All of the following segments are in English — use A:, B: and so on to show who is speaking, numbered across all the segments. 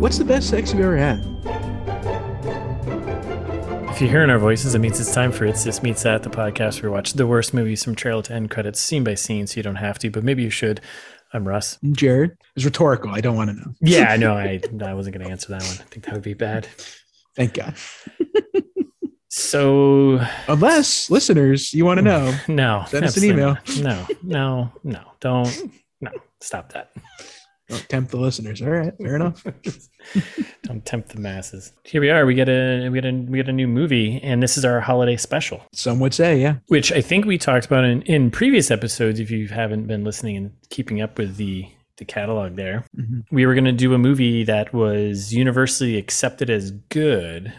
A: What's the best sex you've ever had?
B: If you're hearing our voices, it means it's time for It's This Meets That, the podcast where we watch the worst movies from trailer to end credits, scene by scene, so you don't have to, but maybe you should. I'm Russ.
A: Jared? It's rhetorical. I don't want to know.
B: Yeah, I know. I, I wasn't going to answer that one. I think that would be bad.
A: Thank God.
B: So,
A: Unless, listeners, you want to
B: Mm.
A: know.
B: no.
A: Send us an
B: absolutely
A: email.
B: not. No, no, no. Don't. No, stop that.
A: Don't tempt the listeners. All right. Fair enough.
B: Don't tempt the masses. Here we are. We get a we get a we get a new movie, and this is our holiday special.
A: Some would say, yeah.
B: which I think we talked about in, in previous episodes. If you haven't been listening and keeping up with the the catalog there,
A: Mhm.
B: we were going to do a movie that was universally accepted as good,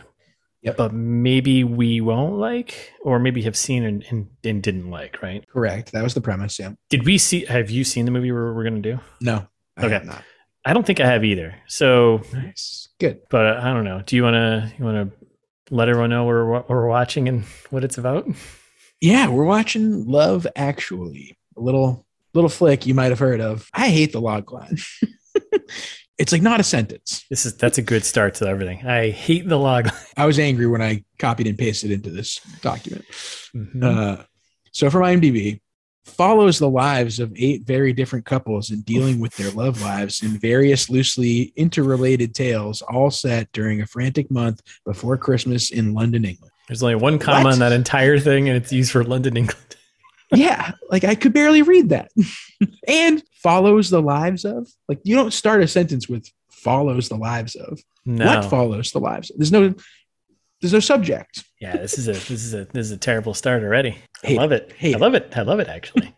A: Yep.
B: but maybe we won't like, or maybe have seen and, and, and didn't like. Right?
A: Correct. That was the premise. Yeah.
B: Did we see? Have you seen the movie we're, we're going to do?
A: No. I
B: Okay.
A: have not.
B: I don't think I have either. So,
A: Nice. Good.
B: but I don't know. Do you want to you want to let everyone know we're what we're watching and what it's about?
A: Yeah, we're watching Love Actually, a little little flick you might have heard of. I hate the log line. it's like not a sentence.
B: This is that's a good start to everything. I hate the log.
A: I was angry when I copied and pasted into this document. Uh, so from IMDb, follows the lives of eight very different couples in dealing with their love lives in various loosely interrelated tales, all set during a frantic month before Christmas in London, England.
B: There's only one comma
A: What?
B: in that entire thing, and it's used for London, England.
A: yeah, like I could barely read that. and follows the lives of, like, you don't start a sentence with follows the lives of.
B: No,
A: What follows the lives? There's no, there's no subject.
B: yeah, this is a this is a this is a terrible start already. I
A: Hate
B: love it.
A: Hate
B: I
A: it.
B: love it. I love it actually.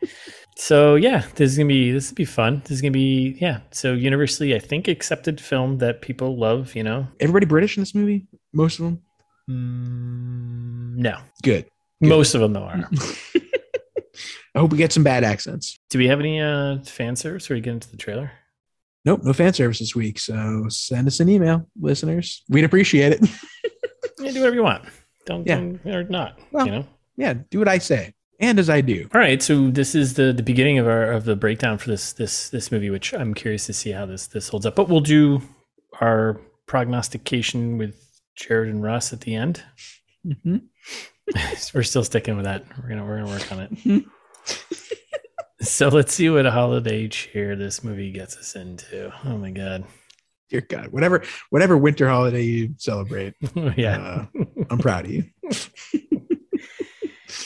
B: so yeah, this is gonna be this will be fun. This is gonna be yeah. So universally, I think accepted film that people love. You know,
A: Everybody British in this movie? Most of them?
B: mm, no,
A: Good. Good.
B: most of them though are.
A: I hope we get some bad accents.
B: Do we have any uh, fan service? Or we get into the trailer?
A: Nope, no fan service this week. So send us an email, listeners. We'd appreciate it.
B: Yeah, do whatever you want. Don't
A: Yeah.
B: don't- or not.
A: Well,
B: you know.
A: yeah, do what I say. And as I do.
B: All right, so this is the the beginning of our of the breakdown for this this this movie, which I'm curious to see how this this holds up. But we'll do our prognostication with Jared and Russ at the end. Mm-hmm.
A: Mhm.
B: we're still sticking with that. We're gonna we're gonna work on it.
A: Mhm.
B: so let's see what holiday cheer this movie gets us into. Oh my god,
A: Dear God, whatever, whatever winter holiday you celebrate,
B: yeah,
A: uh, I'm proud of you.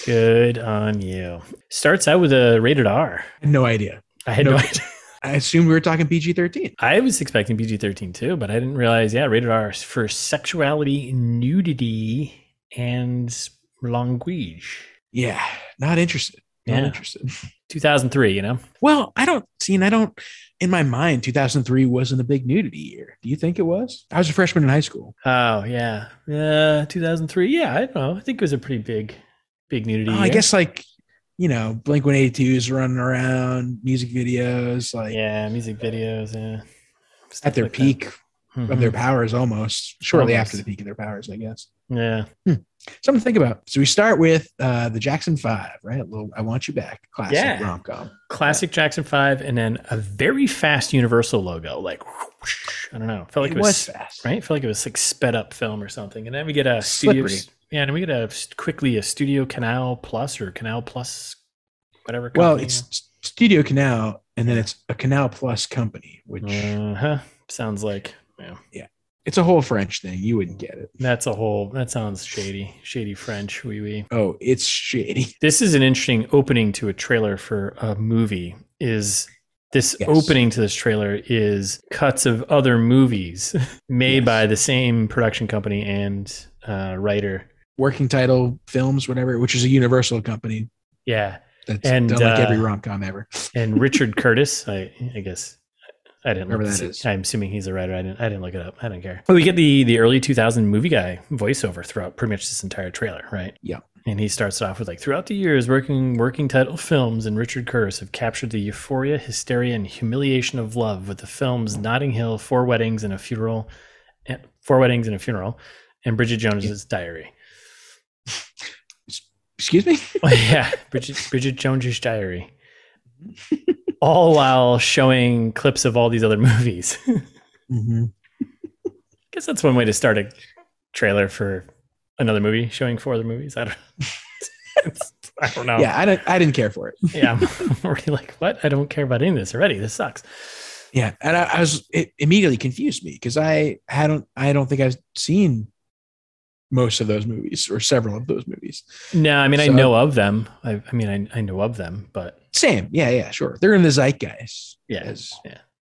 B: good on you. Starts out with a rated R.
A: I had no idea.
B: I had no
A: Nope.
B: idea.
A: I assumed we were talking PG 13.
B: I was expecting PG 13 too, but I didn't realize, yeah, rated R is for sexuality, nudity, and language.
A: Yeah, not interested. Not
B: Yeah.
A: interested.
B: 2003, you know?
A: Well, I don't see, and I don't, in my mind, 2003 wasn't a big nudity year. Do you think it was? I was a freshman in high school.
B: Oh, yeah. Uh, 2003. Yeah, I don't know. I think it was a pretty big, big nudity.
A: Oh, I
B: year.
A: guess like, you know, Blink 182s running around, music videos, like
B: Yeah, music videos. Yeah.
A: at their peak of their powers almost, shortly
B: Mm-hmm. Almost.
A: after the peak of their powers, I guess.
B: Yeah.
A: Something to think about. So we start with uh, the Jackson Five, right? Little, I Want You Back, classic
B: Yeah.
A: rom com.
B: Classic Jackson 5, and then a very fast Universal logo. Like, whoosh. I don't know. Felt like
A: it
B: it was
A: was fast.
B: right? I feel like it was like sped up film or something. And then we get a studio,
A: Slippery.
B: yeah, and we get a quickly a Studio Canal Plus or Canal Plus, whatever.
A: Well,
B: company.
A: it's S- Studio Canal, and then
B: Yeah.
A: it's a Canal Plus company, which
B: uh-huh. sounds like yeah,
A: it's a whole French thing. You wouldn't get it.
B: that's a whole that sounds shady, shady French. Wee wee.
A: Oh, it's shady.
B: This is an interesting opening to a trailer for a movie. Is this
A: Yes.
B: opening to this trailer is cuts of other movies made
A: Yes.
B: by the same production company and uh, writer.
A: Working title films, whatever, which is a Universal company
B: Yeah,
A: that's
B: And,
A: done like
B: uh,
A: every rom com ever.
B: and Richard Curtis. I I guess I didn't.
A: Whoever
B: look
A: that
B: to
A: is.
B: see- I'm assuming he's a writer. I didn't. I didn't look it up. I don't care. But we get the the early 2000 movie guy voiceover throughout pretty much this entire trailer, right?
A: Yeah.
B: And he starts off with like, throughout the years, working working title films and Richard Curtis have captured the euphoria, hysteria, and humiliation of love with the films Notting Hill, Four Weddings and a Funeral, eh, Four Weddings and a Funeral, and Bridget Jones's Diary.
A: Excuse me.
B: yeah, Bridget Bridget Jones's Diary. all while showing clips of all these other movies. I
A: Mm-hmm.
B: guess that's one way to start a trailer for another movie, showing four other movies. I don't. It's- I don't know.
A: Yeah, I don't. I didn't care for it.
B: yeah, I'm already like, what? I don't care about any of this already. This sucks.
A: Yeah, and I, I was it immediately confused me because I hadn't. I don't think I've seen most of those movies or several of those movies.
B: No, I mean I
A: So-
B: know of them. I, I mean I, I know of them, but
A: Same. Yeah, yeah, sure. They're in the zeitgeist,
B: yeah,
A: as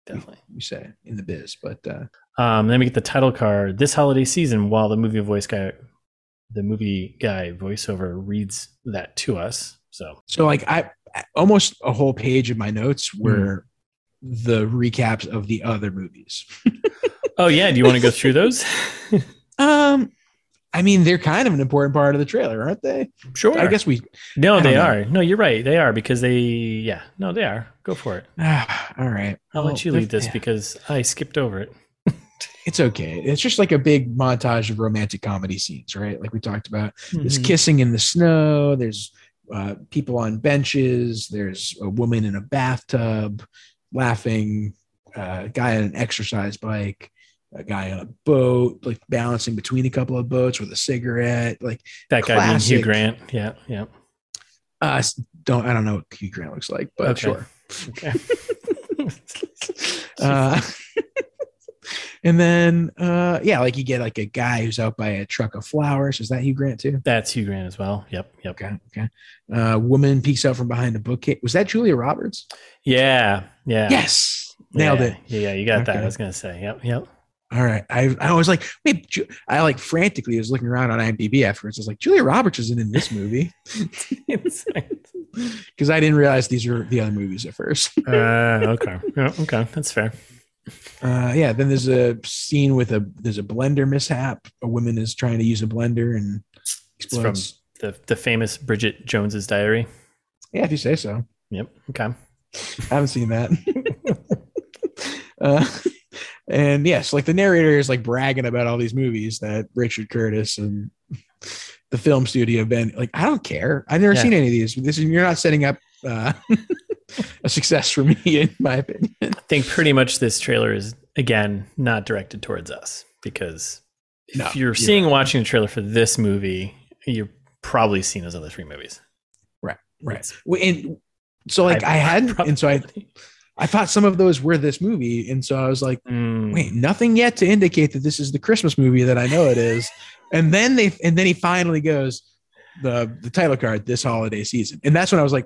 B: definitely.
A: we say in the biz. But uh,
B: Um, then we get the title card this holiday season. While the movie voice guy, the movie guy voiceover reads that to us. So
A: so, like, I almost a whole page of my notes
B: Hmm.
A: were the recaps of the other movies.
B: oh yeah, do you want to go through those?
A: Um, I mean, they're kind of an important part of the trailer, aren't they?
B: sure.
A: I guess we.
B: no,
A: I don't
B: they
A: know.
B: are. No, you're right. They are because they yeah. No, they are. Go for it.
A: ah, all right.
B: I'll
A: Well,
B: let you lead this
A: yeah.
B: because I skipped over it.
A: It's okay. It's just like a big montage of romantic comedy scenes, right? Like we talked about. There's
B: Mhm.
A: kissing in the snow. There's uh, people on benches. There's a woman in a bathtub laughing. uh, A guy on an exercise bike. A guy on a boat, like balancing between a couple of boats with a cigarette. Like,
B: that guy being
A: classic.
B: Hugh Grant. Yeah, yeah.
A: uh, s- don't I don't know what Hugh Grant looks like, but
B: Okay.
A: sure.
B: Okay.
A: Uh, and then, uh, yeah, like you get like a guy who's out by a truck of flowers. Is that Hugh Grant too?
B: That's Hugh Grant as well. Yep, yep.
A: Okay. Okay. Uh, woman peeks out from behind a bookcase. Was that Julia Roberts?
B: Yeah, yeah.
A: Yes. Nailed
B: yeah,
A: it.
B: Yeah, yeah, you got that. I
A: Okay.
B: was gonna say. Yep, yep.
A: All right. I, I was like, wait, Ju- I like frantically was looking around on IMDb afterwards. I was like, Julia Roberts isn't in this movie because I didn't realize these were the other movies at first.
B: uh, okay. Yeah, okay, that's fair.
A: Uh, yeah. Then there's a scene with a there's a blender mishap. A woman is trying to use a blender and
B: from-
A: explodes.
B: The the famous Bridget Jones's Diary.
A: yeah, if you say so.
B: Yep. Okay.
A: I haven't seen that. uh, and yes, like the narrator is like bragging about all these movies that Richard Curtis and the film studio have been like, I don't care. I've never
B: Yeah.
A: seen any of these. This is, you're not setting up uh, a success for me, in my opinion.
B: I think pretty much this trailer is again not directed towards us because if
A: No,
B: you're
A: you're
B: seeing and watching a trailer for this movie, you're probably seen those other three movies.
A: Right.
B: It's
A: And so like I,
B: high
A: hadn't, and so I,
B: probability.
A: I thought some of those were this movie. And so I was like,
B: Mm.
A: wait, nothing yet to indicate that this is the Christmas movie that I know it is. and then they and then he finally goes the the title card this holiday season. And that's when I was like,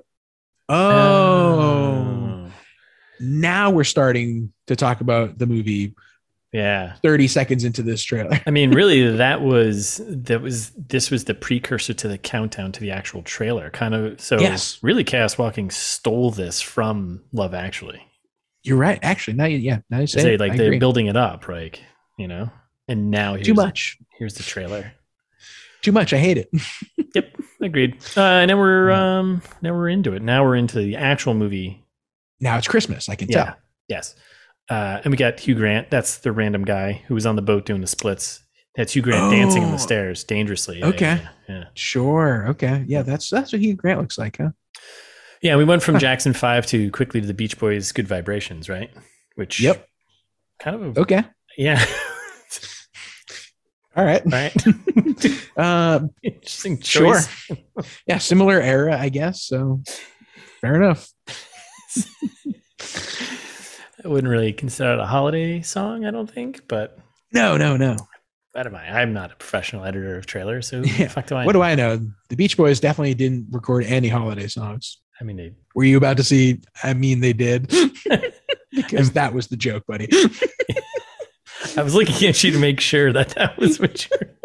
A: oh,
B: Oh.
A: now we're starting to talk about the movie
B: Yeah.
A: 30 seconds into this trailer.
B: I mean, really, that was that was this was the precursor to the countdown to the actual trailer, kind of. So,
A: Yes.
B: really, Chaos Walking stole this from Love Actually.
A: You're right. Actually, now you yeah, now you say
B: They
A: it.
B: like
A: I
B: they're
A: agree.
B: building it up, like you know, and now here's,
A: too much.
B: Here's the trailer.
A: Too much. I hate it.
B: Agreed. Uh, and then we're
A: Yeah.
B: um now we're into it. Now we're into the actual movie.
A: Now it's Christmas. I can
B: Yeah.
A: tell.
B: Yes. Uh, and we got Hugh Grant. That's the random guy who was on the boat doing the splits. That's Hugh Grant dancing on
A: Oh.
B: the stairs dangerously. Yeah,
A: Okay.
B: yeah, yeah.
A: Sure. Okay. Yeah, that's that's what Hugh Grant looks like, huh?
B: Yeah, we went from
A: Huh.
B: Jackson Five to quickly to the Beach Boys' "Good Vibrations," right? Which
A: Yep. Oh.
B: kind of a,
A: Okay.
B: yeah,
A: All right.
B: right.
A: Um,
B: Interesting
A: Sure.
B: choice.
A: yeah, similar era, I guess. So fair enough.
B: I wouldn't really consider it a holiday song, I don't think. But
A: No, no, no.
B: what am I? I'm not a professional editor of trailers, so
A: Yeah.
B: the fuck do I?
A: What
B: know?
A: do I know? The Beach Boys definitely didn't record any holiday songs.
B: I mean, they,
A: Were you about to see? I mean, they did. because that was the joke, buddy.
B: I was looking at you to make sure that that was what you. were-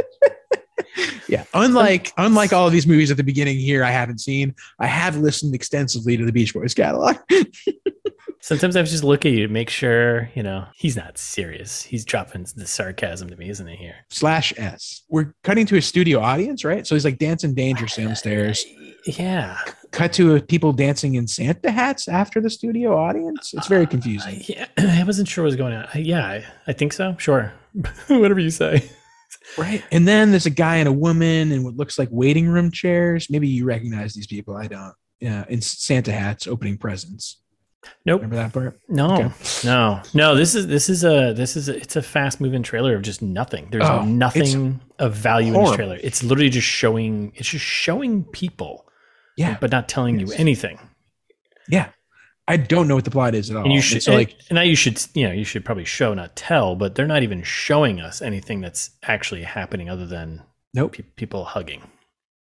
A: Yeah. Unlike unlike all of these movies at the beginning here, I haven't seen. I have listened extensively to the Beach Boys catalog.
B: Sometimes I just look at you to make sure you know he's not serious. He's dropping the sarcasm to me, isn't he? Here.
A: Slash S. We're cutting to a studio audience, right? So he's like dancing danger downstairs.
B: Yeah.
A: Cut to people dancing in Santa hats after the studio audience. It's very confusing.
B: I, yeah, I wasn't sure what was going on. I, yeah, I, I think so. Sure, whatever you say.
A: Right. And then there's a guy and a woman in what looks like waiting room chairs. Maybe you recognize these people. I don't. uh, in Santa hats opening presents.
B: Nope.
A: Remember that part?
B: No,
A: Okay.
B: no, no. This is this is a this is a, it's a fast moving trailer of just nothing. There's
A: Oh,
B: nothing of value in
A: horrible.
B: this trailer. It's literally just showing. It's just showing people,
A: Yeah.
B: but not telling you
A: Yes.
B: anything.
A: I don't know what the plot is at all.
B: and you should
A: Oh, so
B: and,
A: like
B: and now you should you know you should probably show not tell. But they're not even showing us anything that's actually happening other than
A: nope.
B: pe- people hugging.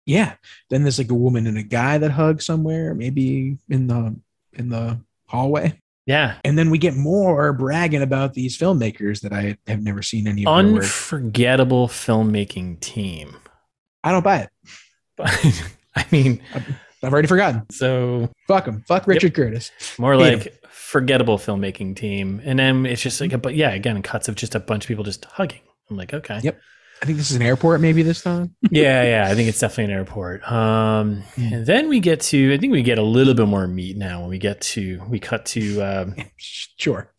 A: Yeah. Then there's like a woman and a guy that hug somewhere, maybe in the in the hallway.
B: Yeah,
A: And then we get more bragging about these filmmakers that I have never seen any of their work.
B: unforgettable filmmaking team.
A: I don't buy it.
B: I mean,
A: I've already forgotten.
B: so
A: Fuck him. Fuck Richard Curtis.
B: More
A: Hate 'em.
B: like forgettable filmmaking team. And then it's just like, a, but yeah, again, cuts of just a bunch of people just hugging. I'm like, okay.
A: Yep. I think this is an airport maybe this time.
B: yeah, yeah. I think it's definitely an airport. Um,
A: Yeah.
B: And then we get to, I think we get a little bit more meat now when we get to, we cut to, um,
A: Sure.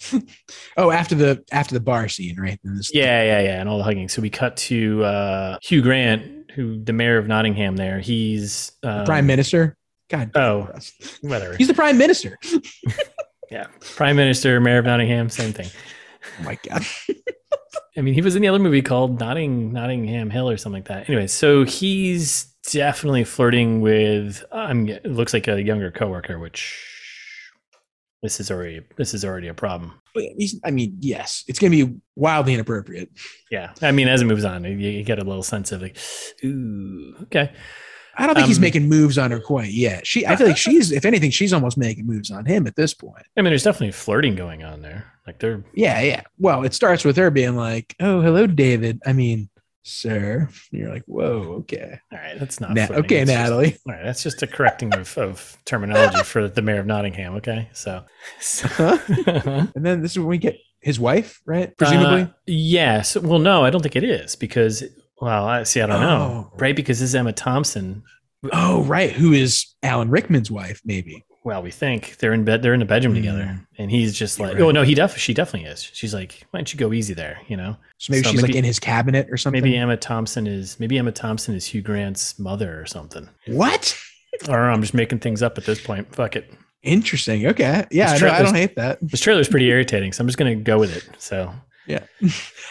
A: oh, after the after the bar scene, right? And this-
B: yeah, yeah, yeah. And all the hugging. So we cut to uh, Hugh Grant, who the mayor of Nottingham there, he's um,
A: Prime Minister. God. damn
B: Oh.
A: Russ.
B: Whatever.
A: He's the prime minister. Oh
B: Prime Minister, mayor of Nottingham, same thing.
A: Oh my god.
B: I mean, he was in the other movie called Notting Nottingham Hill or something like that. Anyway, so he's definitely flirting with. I'm. It looks like a younger coworker, which this is already this is already a problem.
A: But he's- I mean, yes, it's going to be wildly inappropriate.
B: Yeah, I mean, as it moves on, you, you get a little sense of like, ooh, okay,
A: I don't think he's
B: Um,
A: making moves on her quite yet. She, I feel like she's, if anything, she's almost making moves on him at this point.
B: I mean, there's definitely flirting going on there. Like they're
A: Yeah, yeah. Well, it starts with her being like, "Oh, hello, David. I mean, sir." And you're like, "Whoa, okay,
B: all right. That's not
A: Na-
B: flirting.
A: okay,
B: It's just-
A: Natalie."
B: all right, that's just a correcting of, of terminology for the mayor of Nottingham. Okay, so- so
A: And then this is when we get his wife, right? Presumably.
B: Uh, yes. Well, no, I don't think it is because, well, I see, I don't know.
A: Oh.
B: Right? Because this is Emma Thompson.
A: oh, right. Who is Alan Rickman's wife? Maybe.
B: Well, we think they're in bed, they're in the bedroom together. And he's just
A: You're
B: like,
A: Hmm. right.
B: oh, no, he def- she definitely is. She's like, why don't you go easy there? You know,
A: So maybe
B: So
A: she's like
B: maybe-
A: in his cabinet or something.
B: maybe Emma Thompson is, maybe Emma Thompson is Hugh Grant's mother or something.
A: What?
B: I don't know. I'm just making things up at this point. Fuck it.
A: Interesting. Okay. Yeah, I,
B: Let's try
A: know, I don't
B: this.
A: hate that.
B: This trailer's pretty irritating. So I'm just going to go with it. So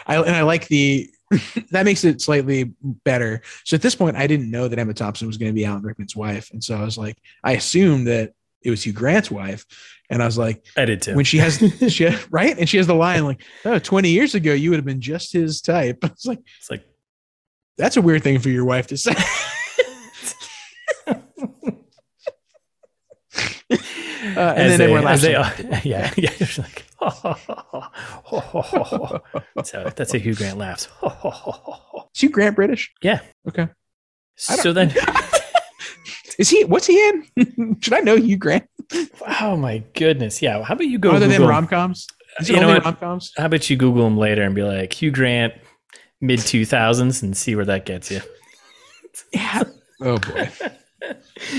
A: I and I like the that makes it slightly better. So at this point, I didn't know that Emma Thompson was going to be Alan Rickman's wife, and so I was like, I assumed that it was Hugh Grant's wife, and I was like,
B: I did too.
A: when she has she right, and she has the line like, "Oh, 20 years ago, you would have been just his type." I was like,
B: it's like,
A: that's a weird thing for your wife to say. Uh, and
B: As
A: then everyone laughs.
B: as they all- yeah, yeah. You're just like, so that's a Hugh Grant laughs.
A: Is Hugh Grant British?
B: Yeah.
A: Okay. I don't-
B: so then,
A: Is he? What's he in? Should I know Hugh Grant?
B: oh my goodness, yeah. How about you go
A: Other than
B: Google,
A: rom coms, is it
B: You know
A: only
B: what?
A: rom coms?
B: How about you Google him later and be like Hugh Grant mid two thousands and see where that gets you.
A: Yeah. Oh boy.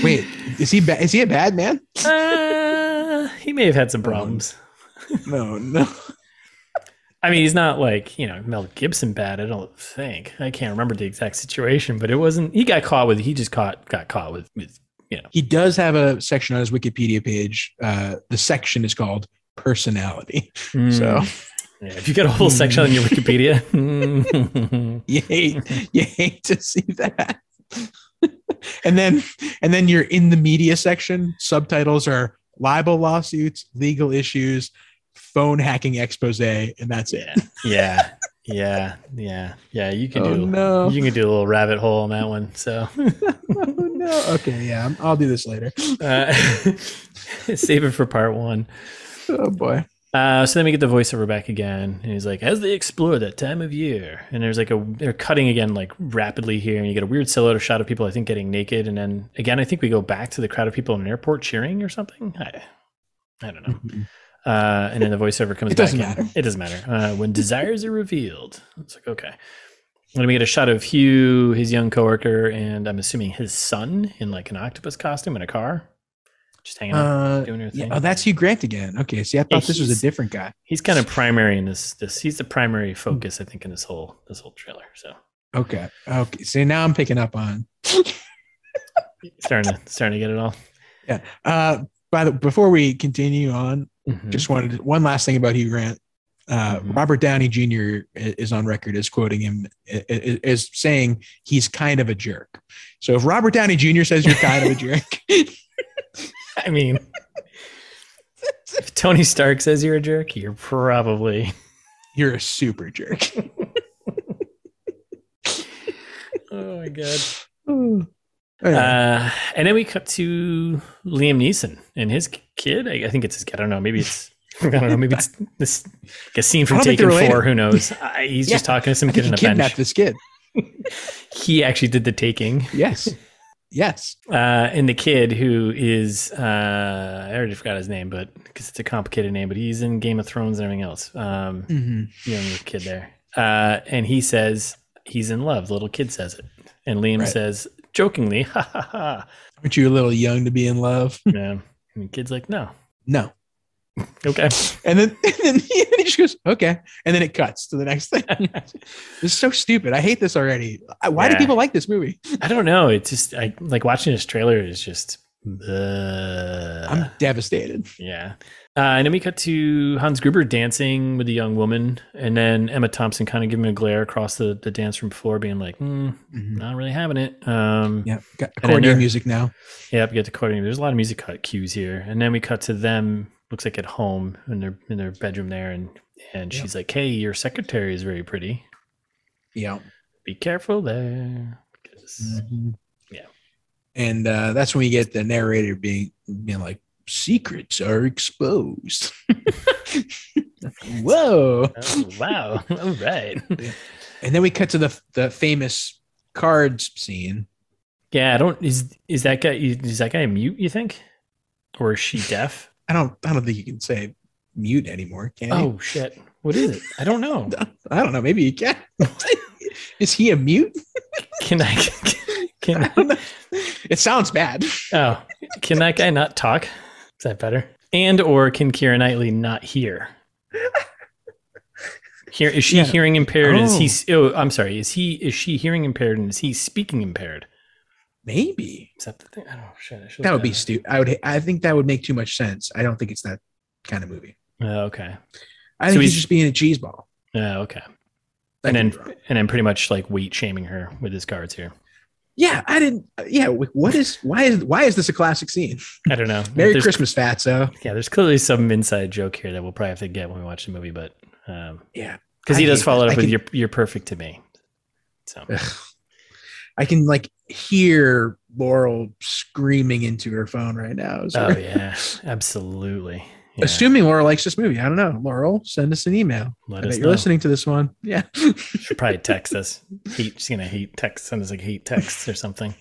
A: Wait, is he ba- is he a bad man?
B: Uh, he may have had some problems.
A: No, no.
B: I mean, he's not like you know Mel Gibson bad. I don't think. I can't remember the exact situation, but it wasn't. He got caught with. He just caught got caught with. with
A: He does have a section on his Wikipedia page. Uh, the section is called personality.
B: Hmm.
A: So
B: Yeah, if you got a whole
A: Hmm.
B: section on your Wikipedia,
A: you hate you hate to see that. and then and then you're in the media section. Subtitles are libel lawsuits, legal issues, phone hacking expose, and that's it.
B: yeah, yeah, yeah, yeah, yeah, you can
A: Oh
B: do
A: no.
B: you can do a little rabbit hole on that one. So
A: oh no. Okay, yeah, I'm- I'll do this later.
B: uh, save it for part one.
A: Oh boy.
B: Uh, so then we get the voiceover back again, and he's like, "As they explore that time of year," and there's like a they're cutting again like rapidly here, and you get a weird silhouette shot of people I think getting naked, and then again I think we go back to the crowd of people in an airport cheering or something. I, I don't know. Uh, and then the voiceover comes
A: It
B: back.
A: doesn't
B: in.
A: matter.
B: It doesn't matter. Uh, when desires are revealed, it's like okay. And we get a shot of Hugh, his young coworker, and I'm assuming his son in like an octopus costume in a car, just hanging out,
A: Uh,
B: doing her
A: yeah,
B: thing.
A: oh, that's Hugh Grant again. Okay, see, I thought this was a
B: he's-
A: different guy.
B: he's kind of primary in this. This he's the primary focus, I think, in this whole this whole trailer. So
A: Okay. Okay. See, now I'm picking up on.
B: starting to starting to get it all.
A: Yeah. Uh, by the before we continue on,
B: Mhm.
A: just wanted to- one last thing about Hugh Grant. Uh,
B: Mhm.
A: Robert Downey Jr. i- is on record as quoting him i- i- as saying he's kind of a jerk. So if Robert Downey Jr. says you're kind of a jerk,
B: I mean, if Tony Stark says you're a jerk, you're probably.
A: you're a super jerk.
B: Oh my god.
A: Anyway, Oh,
B: Uh, and then we cut to Liam Neeson and his kid. I, I think it's his kid. I don't know. Maybe it's. I don't know. Maybe it's this like a scene
A: I
B: from
A: don't think
B: Taken
A: they're
B: Four. Who knows? I, he's
A: Yeah.
B: just talking to some
A: I
B: kid
A: think
B: on
A: he
B: a bench.
A: kidnapped this kid.
B: He actually did the taking.
A: Yes. yes.
B: Uh, and the kid who is uh, I already forgot his name, but because it's a complicated name, but he's in Game of Thrones and everything else. Um,
A: Mhm.
B: young kid there. Uh, and he says he's in love. The little kid says it. And Liam
A: Right.
B: says jokingly, ha ha ha.
A: Aren't you a little young to be in love?
B: Yeah. And the kid's like, no.
A: No.
B: Okay.
A: And then, and then he just goes, okay. And then it cuts to the next thing. It's so stupid. I hate this already. I- Why do
B: Yeah.
A: people like this movie?
B: I don't know. It's just I like watching this trailer is just uh,
A: I'm devastated.
B: yeah. Uh, and then we cut to Hans Gruber dancing with a young woman, and then Emma Thompson kind of giving a glare across the, the dance room floor, being like, mm, "Not really having it." Um,
A: Yeah. Got
B: And then there-
A: accordion music now.
B: Yeah, we get the coding. There's a lot of music cut cues here, and then we cut to them. Looks like at home in their in their bedroom there, and and
A: Yeah.
B: she's like, "Hey, your secretary is very pretty.
A: Yeah.
B: Be careful there." 'Cause- Mm-hmm. Yeah.
A: And uh, that's when we get the narrator being being like, secrets are exposed. Whoa.
B: Oh, wow! All right.
A: And then we cut to the the famous cards scene.
B: Yeah, I don't. Is is that guy? Is that guy mute? You think, or is she deaf?
A: I don't I don't think you can say mute anymore, can you?
B: Oh shit! What is it? I don't know.
A: I don't know. Maybe you can. Is he a mute?
B: Can I?
A: I
B: Can
A: don't know. It sounds bad.
B: oh? Can that guy not talk? Is that better? And or can Kira Knightley not hear? Here is she
A: Yeah.
B: hearing impaired? and Is
A: Oh.
B: he? Oh, I'm sorry. Is he? Is she hearing impaired? And is he speaking impaired?
A: Maybe
B: Is that the thing? I don't know. Shit, I should've
A: that would be
B: done
A: stupid. I would. I think that would make too much sense. I don't think it's that kind of movie.
B: that. Oh, okay.
A: I
B: So
A: think he's,
B: he's-
A: just being a cheese ball.
B: Oh, okay.
A: I
B: and
A: could
B: then
A: be wrong.
B: and then pretty much like weight shaming her with his cards here.
A: yeah, I didn't. Yeah, like, what is? Why is? Why is this a classic scene?
B: I don't know.
A: Merry
B: There's-
A: Christmas, Fatso.
B: Yeah, there's clearly some inside joke here that we'll probably have to get when we watch the movie, but because
A: Yeah,
B: he
A: I
B: does
A: hate
B: follow
A: that.
B: it up
A: I
B: with
A: can-
B: "You're you're perfect to me," so
A: I can like hear Laurel screaming into her phone right now. It's
B: oh
A: like-
B: yeah, absolutely. Yeah,
A: Assuming Laurel likes this movie, I don't know. Laurel, send us an email.
B: let
A: I
B: us
A: bet you're
B: know.
A: listening to this one. Yeah.
B: She'll probably text us. Hate, she's gonna hate text. Send us like hate texts or something.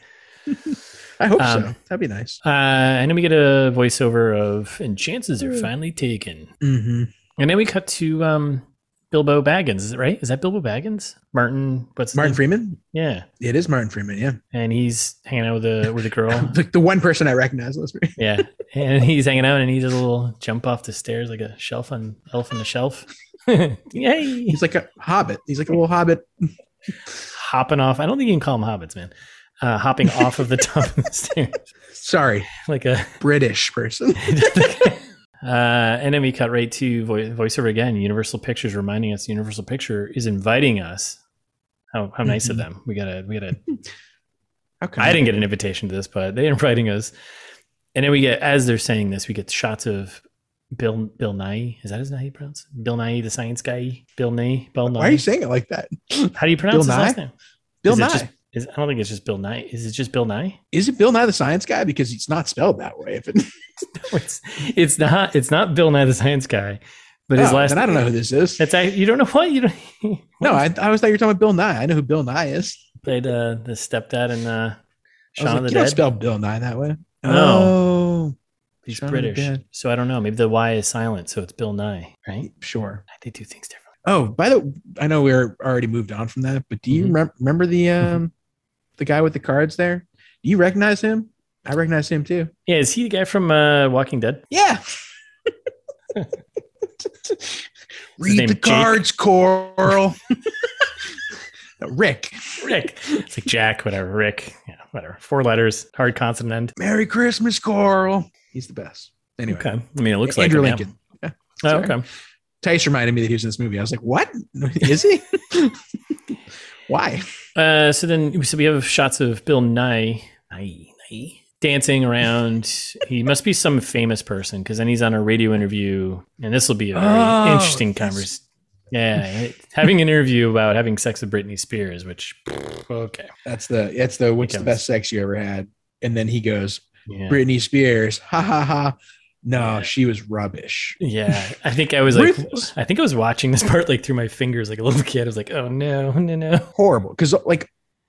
A: I hope
B: Um,
A: so. That'd be nice.
B: Uh, and then we get a voiceover of "And chances are
A: Mm.
B: finally taken."
A: Mm-hmm.
B: And then we cut to um, Bilbo Baggins. Is it right? Is that Bilbo Baggins? Martin? What's his
A: Martin
B: name?
A: Freeman.
B: Yeah,
A: It is Martin Freeman. Yeah.
B: and he's hanging out with the with a girl.
A: Like the one person I recognize in this movie.
B: Yeah, and he's hanging out, and he does a little jump off the stairs like a shelf on Elf on the Shelf. Yay!
A: He's like a hobbit. He's like a little hobbit.
B: Hopping off. I don't think you can call them hobbits, man. Uh, hopping off of the top of the stairs
A: Sorry,
B: like a.
A: British person.
B: uh, and then we cut right to voice, voiceover again. Universal Pictures reminding us Universal Picture is inviting us. How, how nice of
A: Mhm.
B: them. We got to we got to
A: Okay.
B: I didn't get an invitation to this, but they're inviting us. And then we get, as they're saying this, we get shots of Bill Bill Nye. Is that his name? How you pronounce it? Bill Nye, the science guy. Bill Nye. Bill Nye.
A: Why are you saying it like that?
B: How do you pronounce
A: Bill
B: his last
A: Nye?
B: name?
A: Bill
B: is
A: Nye.
B: It just, is, I don't think it's just Bill Nye. Is it just Bill Nye?
A: is it Bill Nye the Science Guy? Because it's not spelled that way. If it,
B: It's, it's not. It's not Bill Nye the science guy, but his
A: Oh,
B: last.
A: then I don't know who this is.
B: That's I, you don't know what you don't.
A: no, I, I was thought you were talking about Bill Nye. I know who Bill Nye is.
B: played uh, the stepdad in uh,
A: I was
B: Shaun
A: like,
B: of
A: you
B: the
A: don't
B: Dead.
A: spell Bill Nye that way.
B: No.
A: Oh,
B: He's
A: Shaun of the
B: British,
A: Dead.
B: so I don't know. Maybe the Y is silent, so it's Bill Nye, right?
A: sure.
B: They do things differently.
A: Oh, by the I know we're already moved on from that, but do you
B: Mhm.
A: remem- remember the um the guy with the cards there? Do you recognize him? I recognize him too.
B: Yeah, is he the guy from uh, Walking Dead?
A: Yeah.
B: name
A: Read the
B: Jake?
A: cards, Coral. No, Rick.
B: Rick. It's like Jack, whatever. Rick. Yeah. whatever. Four letters, hard consonant end.
A: Merry Christmas, Carl. He's the best. Anyway,
B: Okay. I mean, it looks
A: Andrew
B: like it, yeah.
A: Lincoln.
B: Oh,
A: Sorry.
B: okay.
A: Tice reminded me that he was in this movie. I was like, what? Is he? Why?
B: Uh, so then, so we have shots of Bill Nye, Nye, Nye dancing around. he must be some famous person because then he's on a radio interview, and this will be a very
A: Oh,
B: interesting
A: yes.
B: conversation. Yeah, it- having an interview about having sex with Britney Spears, which okay,
A: That's the that's the what's the
B: comes-
A: best sex you ever had? And then he goes,
B: yeah.
A: Britney Spears. Ha ha ha. No,
B: Yeah.
A: she was rubbish.
B: yeah, I think I was like,
A: Ruthless.
B: I think I was watching this part like through my fingers, like a little kid. I was like, oh no, no, no.
A: Horrible. Because like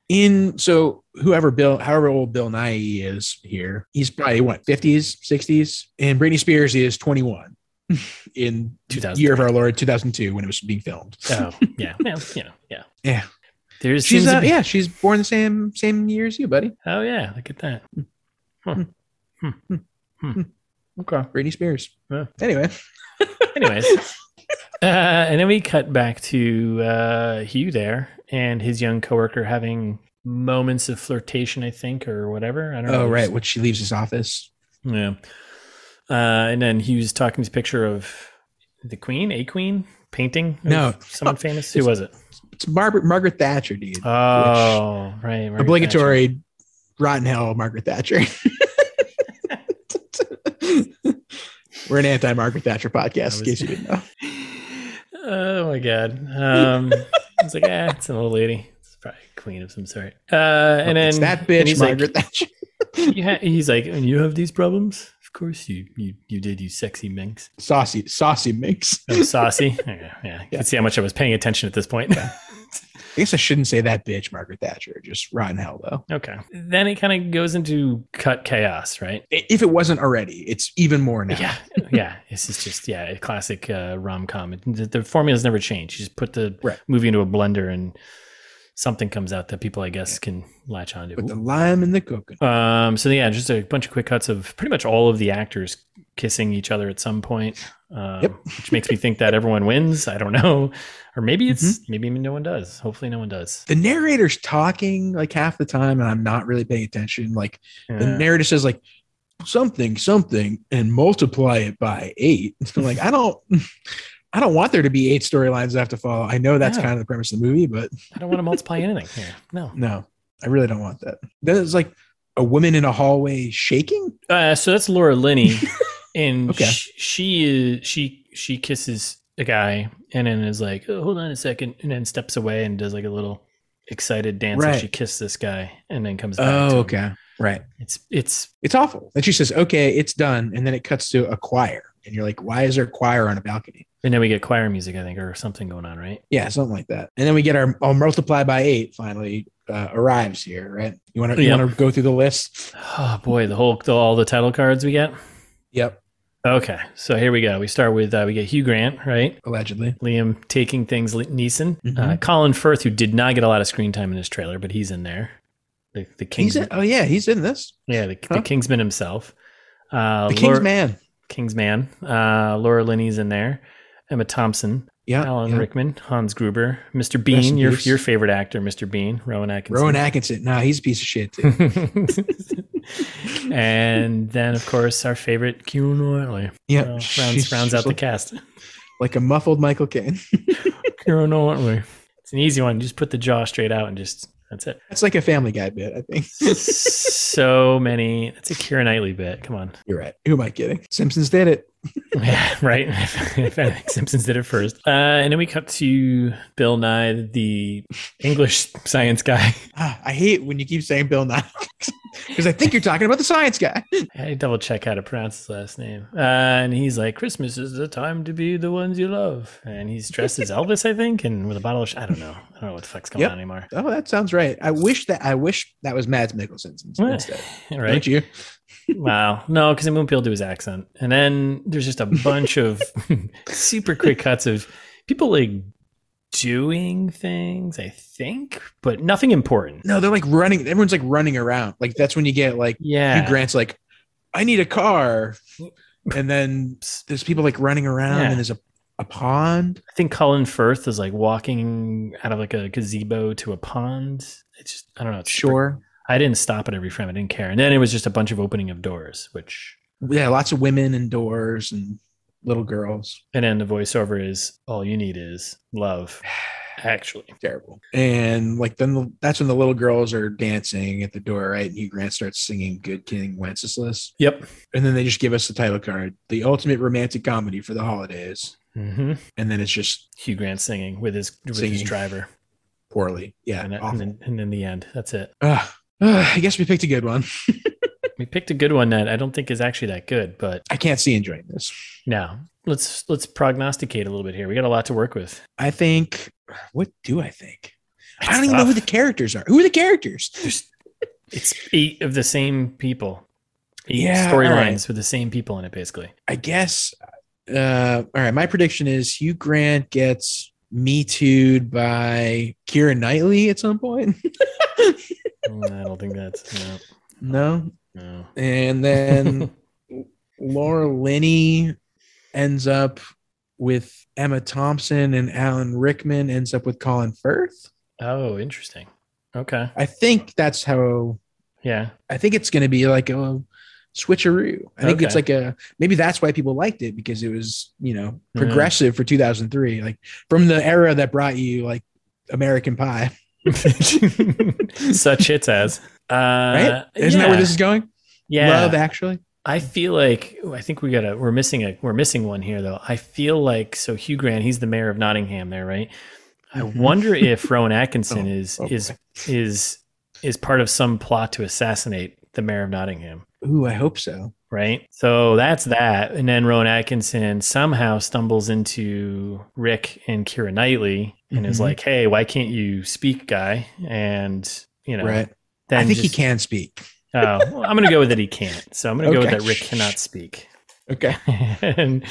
A: in so whoever Bill, however old Bill Nye is here, he's probably what, 50s, 60s? And Britney Spears is 21 in
B: 2000.
A: year of our Lord 2002 when it was being filmed.
B: Oh yeah, well, you know, yeah,
A: Yeah.
B: There's
A: She's
B: seems to
A: uh,
B: be-
A: yeah, she's born the same same year as you, buddy.
B: Oh yeah, look at that. Huh. Hmm.
A: Hmm.
B: Hmm. Okay.
A: Britney Spears.
B: Yeah.
A: Anyway,
B: Anyways. Uh, and then we cut back to uh, Hugh there and his young coworker having moments of flirtation, I think, or whatever. I don't know.
A: oh right, when she leaves his office,
B: Yeah. Uh, and then Hugh's talking to a picture of the queen, a queen painting. of
A: No.
B: someone
A: Oh,
B: famous. Who was it?
A: it's Margaret Margaret Thatcher, dude.
B: Oh, right. Margaret
A: Obligatory, rotten hell, Margaret Thatcher. We're an anti Margaret Thatcher podcast, in
B: was-
A: case you didn't know.
B: Thatcher. Oh my god. Um, I was like, ah, it's an old lady. It's probably a queen of some sort. Uh, and then
A: it's that
B: and
A: bitch,
B: he's like-
A: Margaret Thatcher.
B: you ha- he's like, and you have these problems? Of course you you you did, you sexy minx.
A: Saucy, saucy minx.
B: Oh, saucy. yeah, yeah. You
A: Yeah.
B: can see how much I was paying attention at this point.
A: I guess I shouldn't say that bitch, Margaret Thatcher. Just rotten hell, though.
B: okay. Then it kind of goes into cut chaos, right?
A: I- If it wasn't already, it's even more now.
B: Yeah. Yeah. This is just, yeah, a classic uh, rom com. The, the formula's never changed. You just put the
A: Right.
B: movie into a blender and something comes out that people, I guess, can latch onto.
A: With the lime and the coconut.
B: Um, so yeah, just a bunch of quick cuts of pretty much all of the actors kissing each other at some point, um,
A: Yep.
B: which makes me think that everyone wins. I don't know, or maybe it's
A: Mm-hmm.
B: maybe no one does. Hopefully, no one does.
A: The narrator's talking like half the time, and I'm not really paying attention. Like, the
B: Yeah.
A: narrator says like something something and multiply it by eight I'm like i don't i don't want there to be eight storylines i have to follow i know that's
B: Yeah.
A: kind of the premise of the movie but
B: I don't want to multiply anything here. No.
A: no i really don't want that there's like a woman in a hallway shaking
B: Uh, so that's Laura Linney, and
A: Okay.
B: sh- she is she she kisses a guy and then is like, oh, hold on a second, and then steps away and does like a little excited dance. And
A: Right.
B: she kissed this guy and then comes back. to
A: oh
B: him.
A: okay right
B: It's it's
A: it's awful and she says okay it's done and then it cuts to a choir and you're like why is there a choir on a balcony
B: And then we get choir music, I think, or something going on, right?
A: yeah something like that and then we get our I'll multiply by eight finally uh, arrives here right you want to you
B: Yeah.
A: want to go through the list
B: Oh boy, the whole the, all the title cards we get.
A: yep
B: Okay, so here we go. We start with uh, we get Hugh Grant, right?
A: allegedly
B: Liam taking things, Le- Neeson, uh,
A: Mhm.
B: Colin Firth, who did not get a lot of screen time in his trailer, but he's in there. The the
A: He's
B: Kingsman,
A: in, oh yeah, he's in this.
B: yeah, the, the
A: Huh?
B: Kingsman himself. Uh,
A: The
B: Laura,
A: King's Man.
B: Kingsman. Uh, Laura Linney's in there. Emma Thompson,
A: Yeah.
B: Alan
A: Uh, yeah.
B: Rickman, Hans Gruber, Mr.
A: Rest
B: Bean,
A: in
B: your
A: peace.
B: your favorite actor, Mr. Bean, Rowan Atkinson.
A: Rowan Atkinson. Nah, he's a piece of shit too.
B: and then, of course, our favorite Keanu Noirly
A: Yeah.
B: uh, rounds,
A: she's
B: rounds out
A: just
B: the
A: like,
B: cast.
A: like a muffled Michael Caine.
B: Keanu Noirly. It's an easy one. Just put the jaw straight out and just that's it.
A: That's like a Family Guy bit, I think.
B: so many. That's a Kira Knightley bit. Come on,
A: You're right. Who am I kidding? Simpsons did it.
B: yeah, right. if anything, Simpsons did it first, uh, and then we cut to Bill Nye, the English science guy.
A: Ah, I hate when you keep saying Bill Nye because I think you're talking about the science guy.
B: I double check how to pronounce his last name. Uh, and he's like, Christmas is the time to be the ones you love. And he's dressed as Elvis, I think, and with a bottle of sh- I don't know. I don't know what the fuck's going
A: Yep.
B: on anymore.
A: Oh, that sounds right. I wish that I wish that was Mads Mikkelsen
B: Well,
A: instead. Don't
B: Right?
A: you?
B: wow. No, because I won't be able to do his accent. And then there's just a bunch of super quick cuts of people like doing things, I think, but nothing important.
A: No, they're like running. Everyone's like running around. Like that's when you get like
B: Yeah.
A: Hugh Grant's like, I need a car, and then there's people like running around,
B: Yeah.
A: and there's a, a pond.
B: I think Colin Firth is like walking out of like a gazebo to a pond. It's just, I don't know. It's super-
A: Sure,
B: I didn't stop at every frame. I didn't care. And then it was just a bunch of opening of doors, which
A: Yeah, lots of women and doors and little girls.
B: and then the voiceover is all you need is love. Actually,
A: Terrible. And like then the, that's when the little girls are dancing at the door, right? And Hugh Grant starts singing "Good King Wenceslas,"
B: yep.
A: and then they just give us the title card, the ultimate romantic comedy for the holidays.
B: Mm-hmm.
A: And then it's just
B: Hugh Grant singing with his with his
A: Singing.
B: driver,
A: poorly. Yeah,
B: and, then-
A: awful.
B: and then and in the end, that's it.
A: Ugh. Ugh, I guess we picked a good one.
B: We picked a good one that I don't think is actually that good, but
A: I can't see enjoying this.
B: now let's let's prognosticate a little bit here. We got a lot to work with.
A: I think. What do I think? I
B: It's
A: don't even know who
B: tough.
A: the characters are. Who are the characters?
B: It's eight of the same people. Eight
A: Yeah, all
B: storylines
A: right.
B: with the same people in it, basically.
A: I guess. Uh, all right, my prediction is Hugh Grant gets me too'd by Kira Knightley at some point.
B: Mm, I don't think that's no.
A: no,
B: no.
A: and then Laura Linney ends up with Emma Thompson, and Alan Rickman ends up with Colin Firth.
B: oh, interesting. Okay.
A: I think that's how.
B: Yeah.
A: I think it's going to be like a switcheroo. I think it's
B: Okay.
A: like a maybe that's why people liked it because it was you know
B: Mm.
A: progressive for 2003, like from the era that brought you like American Pie.
B: Such hits as. Uh,
A: Right? Isn't that where this is going?
B: Yeah.
A: Love Actually.
B: I feel like ooh, I think we gotta we're missing a we're missing one here though. I feel like so Hugh Grant, he's the mayor of Nottingham there, right? I
A: Mhm.
B: wonder if Rowan Atkinson
A: Oh,
B: is
A: oh
B: is is is part of some plot to assassinate the mayor of Nottingham,
A: Ooh, I hope so.
B: right? So that's that. And then Rowan Atkinson somehow stumbles into Rick and Kira Knightley and is
A: Mhm.
B: like, Hey, why can't you speak, guy? And you know,
A: right.
B: then
A: I think he
B: just-
A: can speak.
B: Oh, well, I'm gonna go with that he can't. So I'm gonna go with
A: Okay.
B: that Rick cannot speak.
A: Okay.
B: and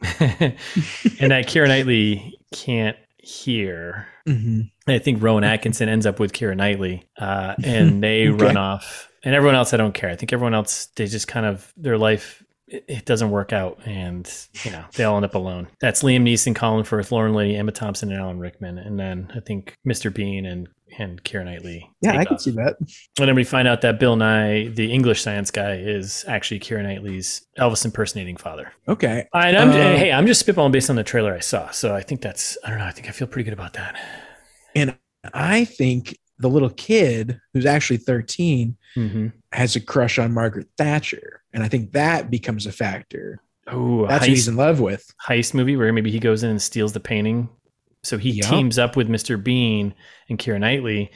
B: and that Kira Knightley can't hear.
A: hmm
B: I think Rowan Atkinson ends up with Kira Knightley, uh, and they
A: Okay.
B: run off. And everyone else, I don't care. I think everyone else, they just kind of their life it, it doesn't work out, and you know they all end up alone. That's Liam Neeson, Colin Firth, Lauren Liddy, Emma Thompson, and Alan Rickman, and then I think Mr. Bean and and Kira Knightley.
A: Yeah,
B: take
A: I can
B: off.
A: see that.
B: And then we find out that Bill Nye, the English science guy, is actually Kira Knightley's Elvis impersonating father.
A: Okay.
B: And I'm
A: Um,
B: hey, I'm just spitballing based on the trailer I saw. So I think that's I don't know. I think I feel pretty good about that.
A: I think the little kid who's actually 13
B: Mm-hmm.
A: has a crush on Margaret Thatcher. And I think that becomes a factor.
B: Oh,
A: That's who he's
B: heist,
A: in love with.
B: heist movie where maybe he goes in and steals the painting. So he
A: Yup.
B: teams up with Mr. Bean and Kira Knightley.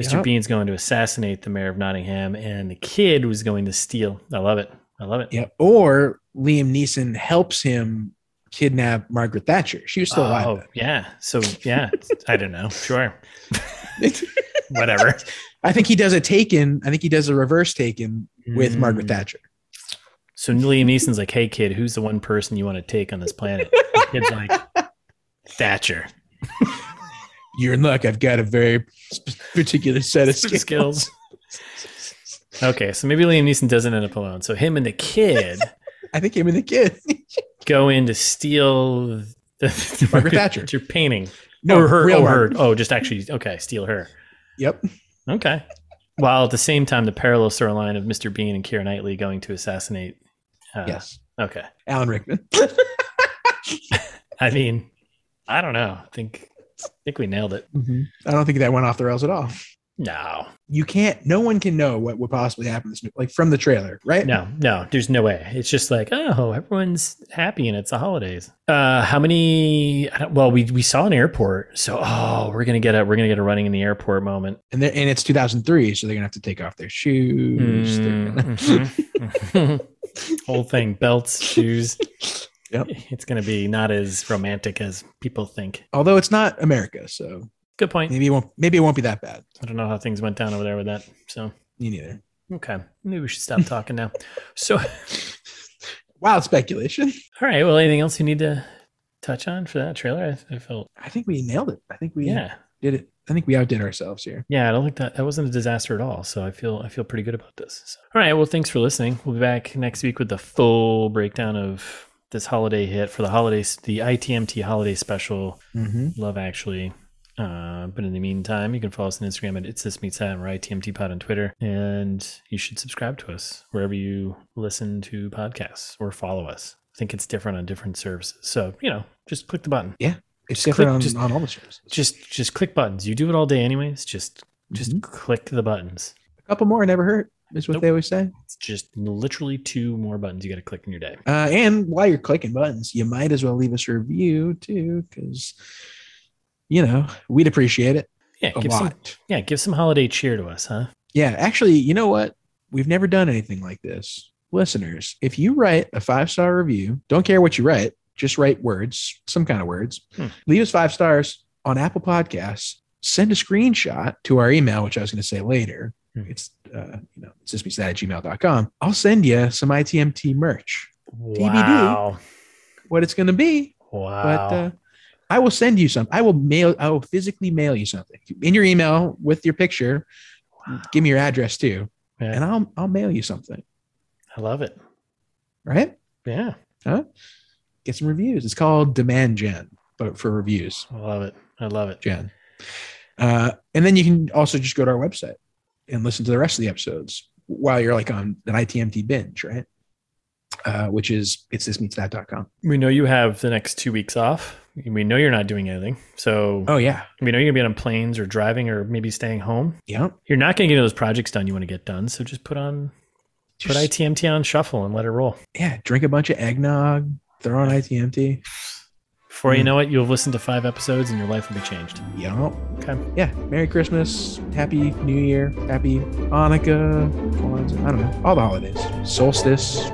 B: Mr.
A: Yup.
B: Bean's going to assassinate the mayor of Nottingham, and the kid was going to steal. I love it. I love it.
A: Yeah. Or Liam Neeson helps him kidnap Margaret Thatcher. She was still
B: Oh,
A: alive.
B: yeah. So yeah, I don't know. Sure, Oh.
A: then.
B: whatever.
A: I think he does a taken. I think he does a reverse taken with
B: Mm.
A: Margaret Thatcher.
B: So Liam Neeson's like, "Hey kid, who's the one person you want to take on this planet?" The kid's like, "Thatcher."
A: You're in luck. I've got a very sp- particular set of skills.
B: skills. Okay, so maybe Liam Neeson doesn't end up alone. So him and the kid
A: I think him and the kid.
B: go in to steal the, the
A: Margaret Thatcher.
B: painting or her,
A: real
B: oh, her,
A: Margaret.
B: oh, just actually, okay, steal her.
A: Yep.
B: Okay. While at the same time, the parallel storyline of Mr. Bean and Keira Knightley going to assassinate. Uh,
A: yes.
B: Okay.
A: Alan Rickman.
B: I mean, I don't know. I think, I think we nailed it.
A: Mhm. I don't think that went off the rails at all.
B: No,
A: You can't. No one can know what would possibly happen. This like from the trailer, right?
B: No, no, there's no way. It's just like, oh, everyone's happy and it's the holidays. Uh, how many? I don't, well, we we saw an airport, so oh, we're gonna get a we're gonna get a running in the airport moment.
A: And they're, and it's 2003, so they're gonna have to take off their shoes.
B: Mm.
A: They're gonna-
B: Mhm. Whole thing, belts, shoes.
A: Yep.
B: It's gonna be not as romantic as people think.
A: Although it's not America, so
B: Good point.
A: maybe it won't. Maybe it won't be that bad.
B: I don't know how things went down over there with that. So
A: Me neither.
B: okay, maybe we should stop talking now. So all
A: Wild speculation.
B: right, well, anything else you need to touch on for that trailer? I, I felt
A: I think we nailed it. I think we
B: yeah.
A: did it. I think we outdid ourselves here.
B: Yeah, I don't think that that wasn't a disaster at all. So I feel I feel pretty good about this. So- All right, well, thanks for listening. We'll be back next week with the full breakdown of this holiday hit for the holidays, the ITMT holiday special,
A: Mm-hmm.
B: Love Actually, Uh, but in the meantime, you can follow us on Instagram at It's This Meets That or ITMT Pod on Twitter. And you should subscribe to us wherever you listen to podcasts or follow us. I think it's different on different services. So, you know, just click the button.
A: It's
B: Just
A: different
B: click-
A: on,
B: just-
A: on all the services.
B: Just just click buttons. You do it all day anyways. Just just
A: Mhm.
B: click the buttons.
A: a couple more never hurt is what
B: Mm-hmm. Nope.
A: they always say.
B: It's just literally two more buttons you got to click in your day.
A: Uh, and while you're clicking buttons, you might as well leave us a review too, because you know we'd appreciate it
B: Yeah,
A: a
B: give some
A: lot.
B: yeah, give some holiday cheer to us, huh?
A: Yeah, actually, you know what? We've never done anything like this. Listeners, if you write a five star review, don't care what you write, just write words, some kind of words.
B: Hmm.
A: Leave us five stars on Apple Podcasts. Send a screenshot to our email, which I was going to say later.
B: Hmm.
A: It's, uh, you know, it's just at gmail.com. I'll send you some ITMT merch.
B: Wow.
A: What it's going to be,
B: Wow.
A: but uh, I will send you some. I will mail, I will physically mail you something in your email with your picture.
B: Wow.
A: Give me your address too,
B: Yeah,
A: and I'll, I'll mail you something.
B: I love it.
A: right?
B: Yeah,
A: Get some reviews. It's called Demand Gen, but for reviews,
B: I love it. I love it.
A: Gen. Uh, and then you can also just go to our website and listen to the rest of the episodes while you're like on an ITMT binge, right? Uh, which is it's this meets that.com.
B: We know you have the next two weeks off. We know you're not doing anything. So
A: Oh, yeah.
B: we know you're going to be on planes or driving or maybe staying home.
A: Yeah.
B: You're not going to get those projects done you want to get done. So just put on,
A: Just,
B: put ITMT on shuffle and let it roll.
A: yeah. Drink a bunch of eggnog, throw on ITMT.
B: Before you
A: Mm.
B: know it, you'll have listened to five episodes and your life will be changed.
A: Yup.
B: Okay.
A: Yeah. Merry Christmas. Happy New Year. Happy Hanukkah. Kwanzaa, I don't know. All the holidays. Solstice.